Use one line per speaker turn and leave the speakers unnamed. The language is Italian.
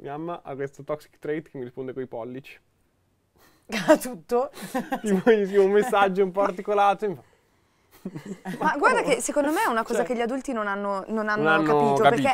mamma ha questo toxic trait che mi risponde coi pollici.
A tutto.
Tipo, gli scrivo un messaggio un po' articolato e mi fa,
Ma guarda che secondo me è una cosa
Cioè,
che gli adulti non hanno, non hanno
hanno
capito, perché